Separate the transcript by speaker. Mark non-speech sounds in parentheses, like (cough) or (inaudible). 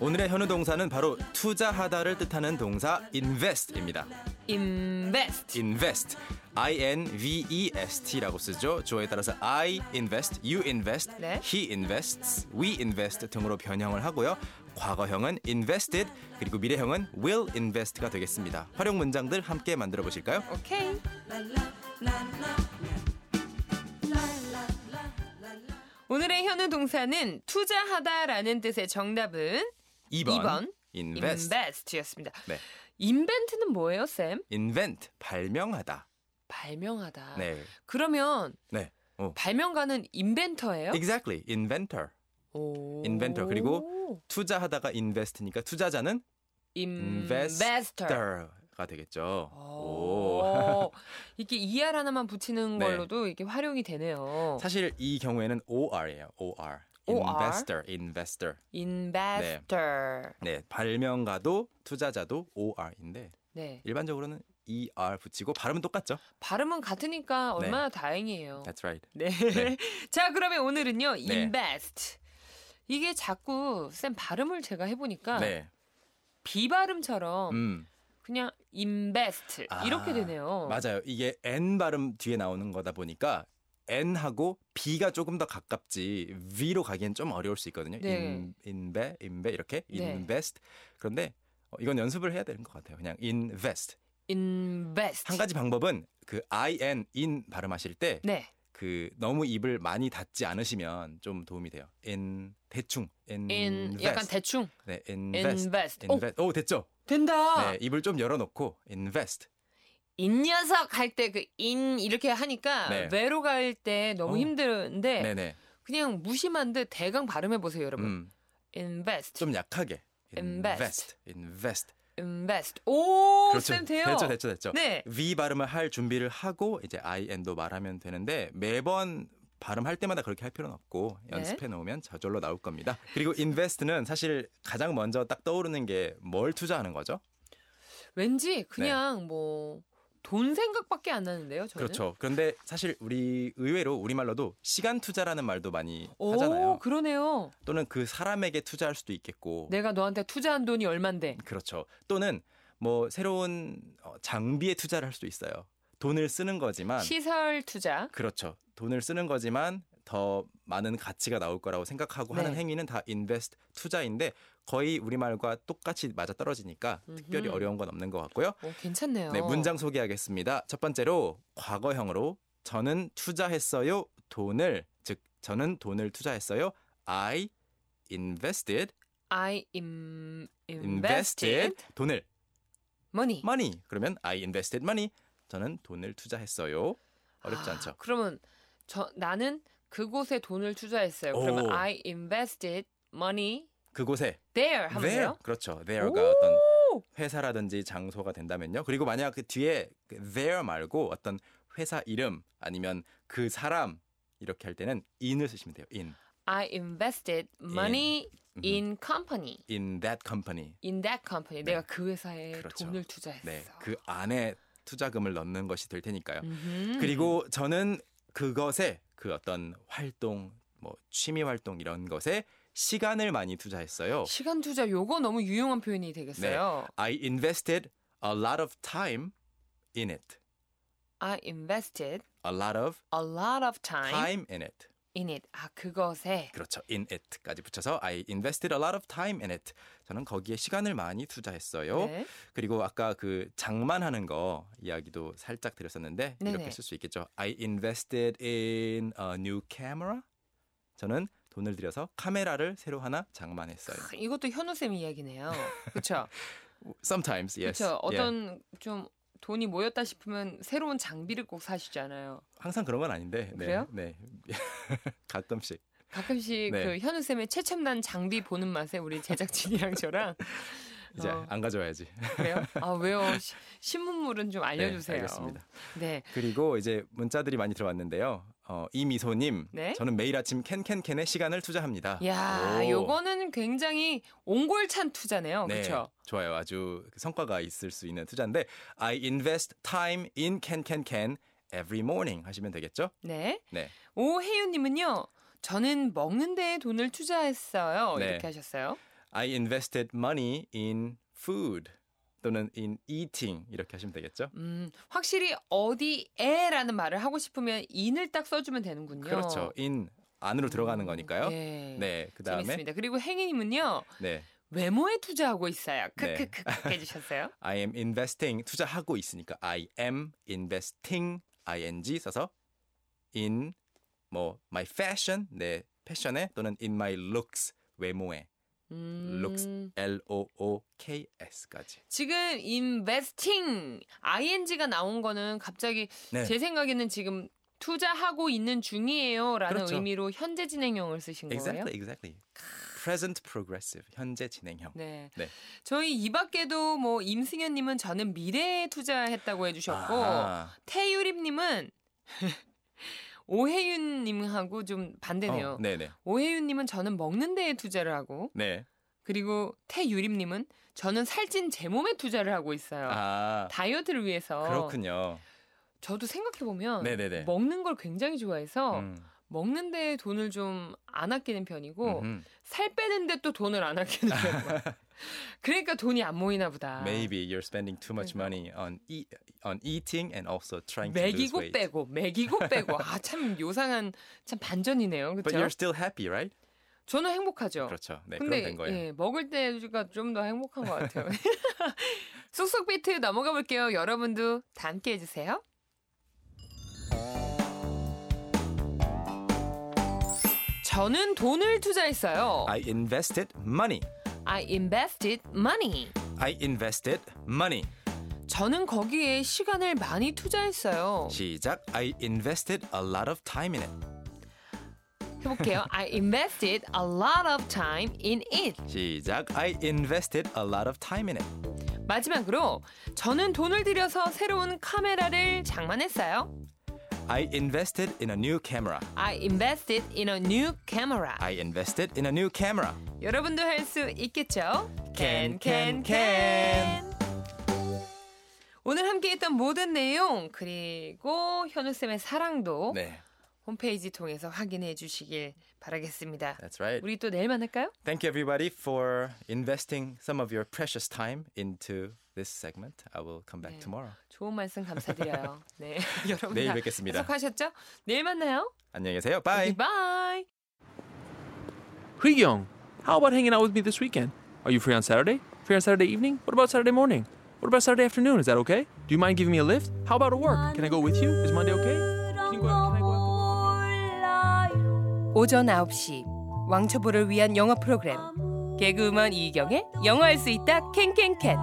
Speaker 1: 오늘의 현우 동사는 바로 투자하다를 뜻하는 동사 invest입니다.
Speaker 2: invest.
Speaker 1: invest. I N V E S T라고 쓰죠. 주어에 따라서 I invest, you invest,
Speaker 2: 네.
Speaker 1: he invests, we invest 등으로 변형을 하고요. 과거형은 invested, 그리고 미래형은 will invest가 되겠습니다. 활용 문장들 함께 만들어 보실까요?
Speaker 2: 오케이. 오늘의 현우 동사는 투자하다라는 뜻의 정답은
Speaker 1: 2번,
Speaker 2: 이번.
Speaker 1: invest.
Speaker 2: invest였습니다.
Speaker 1: 네.
Speaker 2: invent는 뭐예요, 쌤?
Speaker 1: invent 발명하다.
Speaker 2: 발명하다.
Speaker 1: 네.
Speaker 2: 그러면
Speaker 1: 네. 어.
Speaker 2: 발명가는 inventor예요?
Speaker 1: Exactly. inventor.
Speaker 2: 오.
Speaker 1: inventor. 그리고 투자하다가 invest니까 투자자는
Speaker 2: investor.
Speaker 1: investor가 되겠죠.
Speaker 2: 오. 이게 ER 하나만 붙이는
Speaker 1: 네.
Speaker 2: 걸로도 이게 활용이 되네요.
Speaker 1: 사실 이 경우에는 OR이에요. OR.
Speaker 2: OR?
Speaker 1: investor, investor.
Speaker 2: investor.
Speaker 1: 네, 발명가도 투자자도 OR인데
Speaker 2: 네.
Speaker 1: 일반적으로는 ER 붙이고 발음은 똑같죠.
Speaker 2: 발음은 같으니까
Speaker 1: 네.
Speaker 2: 얼마나 다행이에요.
Speaker 1: That's right.
Speaker 2: 네.
Speaker 1: 네.
Speaker 2: (laughs) 자, 그러면 오늘은요.
Speaker 1: 네.
Speaker 2: invest. 이게 자꾸 쌤 발음을 제가 해 보니까
Speaker 1: 네.
Speaker 2: 비발음처럼
Speaker 1: 음.
Speaker 2: 그냥 invest
Speaker 1: 아,
Speaker 2: 이렇게 되네요.
Speaker 1: 맞아요. 이게 N 발음 뒤에 나오는 거다 보니까 N하고 B가 조금 더 가깝지 V로 가기엔 좀 어려울 수 있거든요.
Speaker 2: 네.
Speaker 1: 인, 인베, 인베 이렇게
Speaker 2: 네.
Speaker 1: invest. 그런데 어, 이건 연습을 해야 되는 것 같아요. 그냥 invest.
Speaker 2: invest.
Speaker 1: 한 가지 방법은 그 IN in 발음하실 때
Speaker 2: 네.
Speaker 1: 그 너무 입을 많이 닫지 않으시면 좀 도움이 돼요. in 대충 in,
Speaker 2: in 약간 대충
Speaker 1: 네, 음, invest.
Speaker 2: invest. 오, 아.
Speaker 1: invest. 오, 됐죠?
Speaker 2: 된다.
Speaker 1: 네, 입을 좀 열어 놓고 invest.
Speaker 2: 인 녀석 할 때 그 인 이렇게 하니까
Speaker 1: 네.
Speaker 2: 외로 갈 때 너무
Speaker 1: 어.
Speaker 2: 힘드는데
Speaker 1: 네, 네.
Speaker 2: 그냥 무심한 듯 대강 발음해 보세요, 여러분.
Speaker 1: 음.
Speaker 2: invest.
Speaker 1: 좀 약하게
Speaker 2: invest.
Speaker 1: invest. invest.
Speaker 2: invest. 오,
Speaker 1: 그렇죠.
Speaker 2: 쌤 돼요.
Speaker 1: 됐죠, 됐죠, 됐죠.
Speaker 2: 어, 네.
Speaker 1: V 발음을 할 준비를 하고 이제 IN도 말하면 되는데 매번 발음할 때마다 그렇게 할 필요는 없고
Speaker 2: 네.
Speaker 1: 연습해 놓으면 저절로 나올 겁니다. 그리고 invest는 사실 가장 먼저 딱 떠오르는 게 뭘 투자하는 거죠? 네.
Speaker 2: 왠지 그냥 뭐 돈 생각밖에 안 나는데요, 저는.
Speaker 1: 그렇죠. 그런데 사실 우리 의외로 우리말로도 시간 투자라는 말도 많이
Speaker 2: 오,
Speaker 1: 하잖아요. 뭐
Speaker 2: 그러네요.
Speaker 1: 또는 그 사람에게 투자할 수도 있겠고.
Speaker 2: 내가 너한테 투자한 돈이 얼만데.
Speaker 1: 그렇죠. 또는 뭐 새로운 어, 장비에 투자를 할 수도 있어요. 돈을 쓰는 거지만
Speaker 2: 시설 투자.
Speaker 1: 그렇죠. 돈을 쓰는 거지만 더 많은 가치가 나올 거라고 생각하고 하는
Speaker 2: 네.
Speaker 1: 행위는 다 인베스트 투자인데 거의 우리말과 똑같이 맞아 떨어지니까 특별히
Speaker 2: 음흠.
Speaker 1: 어려운 건 없는 것 같고요.
Speaker 2: 오, 괜찮네요.
Speaker 1: 네, 문장 소개하겠습니다. 첫 번째로 과거형으로 저는 투자했어요. 돈을 즉 저는 돈을 투자했어요. I invested
Speaker 2: I im,
Speaker 1: invested
Speaker 2: invested
Speaker 1: 돈을
Speaker 2: money.
Speaker 1: money 그러면 I invested money 저는 돈을 투자했어요. 어렵지 않죠?
Speaker 2: 아, 그러면 저 나는 그곳에 돈을 투자했어요. 그러면
Speaker 1: 오.
Speaker 2: I invested money
Speaker 1: 그곳에
Speaker 2: there 하면
Speaker 1: there
Speaker 2: 돼요?
Speaker 1: 그렇죠.
Speaker 2: 오!
Speaker 1: there가 어떤 회사라든지 장소가 된다면요. 그리고 만약 그 뒤에 그 there 말고 어떤 회사 이름 아니면 그 사람 이렇게 할 때는 in을 쓰시면 돼요. in
Speaker 2: I invested money
Speaker 1: 음.
Speaker 2: in company.
Speaker 1: in that company
Speaker 2: In that company.
Speaker 1: 네.
Speaker 2: 내가 그 회사에
Speaker 1: 그렇죠.
Speaker 2: 돈을 투자했어.
Speaker 1: 네, 그 안에 투자금을 넣는 것이 될 테니까요.
Speaker 2: 음흠.
Speaker 1: 그리고 저는 그것에 그 어떤 활동, 뭐 취미 활동 이런 것에 시간을 많이 투자했어요. 네.
Speaker 2: 시간 투자 요거 너무 유용한 표현이 되겠어요.
Speaker 1: I invested a lot of time in it.
Speaker 2: I invested
Speaker 1: A lot of
Speaker 2: a lot of time,
Speaker 1: time in it.
Speaker 2: in it. 아 그것에
Speaker 1: 그렇죠. in it까지 붙여서 I invested a lot of time in it. 저는 거기에 시간을 많이 투자했어요.
Speaker 2: 네.
Speaker 1: 그리고 아까 그 장만하는 거 이야기도 살짝 드렸었는데
Speaker 2: 네네.
Speaker 1: 이렇게 쓸 수 있겠죠. I invested in a new camera. 저는 돈을 들여서 카메라를 새로 하나 장만했어요.
Speaker 2: 크, 이것도 현우 쌤
Speaker 1: (laughs)
Speaker 2: 이야기네요. 그렇죠.
Speaker 1: Sometimes, yes.
Speaker 2: 그렇죠.
Speaker 1: 예.
Speaker 2: 어떤 좀 돈이 모였다 싶으면 새로운 장비를 꼭 사시잖아요.
Speaker 1: 항상 그런 건 아닌데. 네.
Speaker 2: 그래요?
Speaker 1: 네. (laughs) 가끔씩.
Speaker 2: 가끔씩
Speaker 1: 네.
Speaker 2: 그 현우 쌤의 최첨단 장비 보는 맛에 우리
Speaker 1: (laughs)
Speaker 2: 제작진이랑 저랑
Speaker 1: 이제
Speaker 2: 어.
Speaker 1: 안 가져와야지.
Speaker 2: 그래요? 아 왜요? 시- 신문물은 좀 알려주세요.
Speaker 1: 네, 알겠습니다.
Speaker 2: 네.
Speaker 1: 그리고 이제 문자들이 많이 들어왔는데요. 어, 이미소님,
Speaker 2: 네?
Speaker 1: 저는 매일 아침 캔캔캔에 시간을 투자합니다.
Speaker 2: 야,
Speaker 1: 오.
Speaker 2: 요거는 굉장히 옹골찬 투자네요.
Speaker 1: 네,
Speaker 2: 그렇죠?
Speaker 1: 좋아요. 그 아주 성과가 있을 수 있는 투자인데 I invest time in can can can every morning 하시면 되겠죠?
Speaker 2: 네.
Speaker 1: 네.
Speaker 2: 오혜윤님은요. 저는 먹는 데에 돈을 투자했어요.
Speaker 1: 네.
Speaker 2: 이렇게 하셨어요.
Speaker 1: I invested money in food 또는 in eating 이렇게 하시면 되겠죠?
Speaker 2: 음, 확실히 어디에라는 말을 하고 싶으면 in을 딱 써주면 되는군요.
Speaker 1: 그렇죠. in 안으로 들어가는
Speaker 2: 음,
Speaker 1: 거니까요. 네.
Speaker 2: 네.
Speaker 1: 그다음에
Speaker 2: 재밌습니다. 그리고 행인님은요
Speaker 1: 네.
Speaker 2: 외모에 투자하고 있어요.
Speaker 1: 네.
Speaker 2: (laughs) 크크크 해주셨어요.
Speaker 1: I am investing 투자하고 있으니까 I am investing ing 써서 in 뭐 my fashion 내 패션에 또는 in my looks 외모에
Speaker 2: 음,
Speaker 1: looks. L O O K S까지.
Speaker 2: 지금 investing ing가 나온 거는 갑자기
Speaker 1: 네.
Speaker 2: 제 생각에는 지금 투자하고 있는 중이에요라는
Speaker 1: 그렇죠.
Speaker 2: 의미로 현재 진행형을 쓰신 거예요.
Speaker 1: Exactly, exactly. Present progressive 현재 진행형.
Speaker 2: 네.
Speaker 1: 네.
Speaker 2: 저희 이 밖에도 뭐 임승현님은 저는 미래에 투자했다고 해주셨고
Speaker 1: 아하. 어,
Speaker 2: 태유림님은 (laughs) 오혜윤님하고 좀 반대네요.
Speaker 1: 어, 네네.
Speaker 2: 오혜윤님은 저는 먹는 데에 투자를 하고
Speaker 1: 네.
Speaker 2: 그리고 태유림님은 저는 살찐 제 몸에 투자를 하고 있어요.
Speaker 1: 아
Speaker 2: 다이어트를 뭐? 위해서.
Speaker 1: 그렇군요.
Speaker 2: 저도 생각해 보면
Speaker 1: 네네네.
Speaker 2: 먹는 걸 굉장히 좋아해서
Speaker 1: 음,
Speaker 2: 먹는 데 돈을 좀 안 아끼는 편이고
Speaker 1: 음흠.
Speaker 2: 살 빼는데 또 돈을
Speaker 1: (laughs)
Speaker 2: 안 아끼는 편이고. 그러니까 돈이 안 모이나 보다.
Speaker 1: Maybe you're spending too much
Speaker 2: 아.
Speaker 1: money on e on eating and also trying to lose
Speaker 2: 매기고
Speaker 1: weight.
Speaker 2: 빼고
Speaker 1: (laughs)
Speaker 2: 매기고 빼고 아 참 요상한 참 반전이네요.
Speaker 1: But
Speaker 2: 그렇죠?
Speaker 1: you're still happy, right?
Speaker 2: 저는 행복하죠.
Speaker 1: 그렇죠. 네, 그럼
Speaker 2: 근데
Speaker 1: 된 거예요.
Speaker 2: 예, 먹을 때가 좀 더 행복한 것 같아요. (laughs) 쏙쏙 비트 넘어가 볼게요. 여러분도 다 함께 해주세요. 저는 돈을 투자했어요.
Speaker 1: I invested money.
Speaker 2: I invested money.
Speaker 1: I invested money.
Speaker 2: 저는 거기에 시간을 많이 투자했어요.
Speaker 1: 시작. I invested a lot of time in it.
Speaker 2: 해볼게요. I invested a lot of time in it.
Speaker 1: 시작. I invested a lot of time in it.
Speaker 2: 마지막으로 저는 돈을 들여서 새로운 카메라를 장만했어요.
Speaker 1: I invested in a new camera.
Speaker 2: I invested in a new camera.
Speaker 1: I invested in a new camera.
Speaker 2: 여러분도 할 수 있겠죠?
Speaker 1: Can,
Speaker 2: can,
Speaker 1: can, can.
Speaker 2: 오늘 함께했던 모든 내용 그리고 현우 쌤의 사랑도
Speaker 1: 네.
Speaker 2: 홈페이지 통해서 확인해 주시길 바라겠습니다.
Speaker 1: That's right.
Speaker 2: 우리 또 내일 만날까요?
Speaker 1: Thank you, everybody, for investing some of your precious time into this segment. I will come back
Speaker 2: 네.
Speaker 1: tomorrow.
Speaker 2: 좋은 말씀
Speaker 1: (laughs)
Speaker 2: 감사드려요. 네, (laughs) 여러분
Speaker 1: 내일
Speaker 2: 다
Speaker 1: 뵙겠습니다. 네.
Speaker 2: 해석하셨죠? 내일 만나요.
Speaker 1: 안녕히 계세요. Bye.
Speaker 2: 바이.
Speaker 3: Young, how about hanging out with me this weekend? Are you free on Saturday? Free on Saturday evening? What about Saturday morning? What about Saturday afternoon? Is that okay? Do you mind giving me a lift? How about at work? Can I go with you? Is Monday okay? Can you go out, can I go out?
Speaker 2: 오전 9시 왕초보를 위한 영어 프로그램 개그우먼 이경의 영어할 수 있다 캔캔캔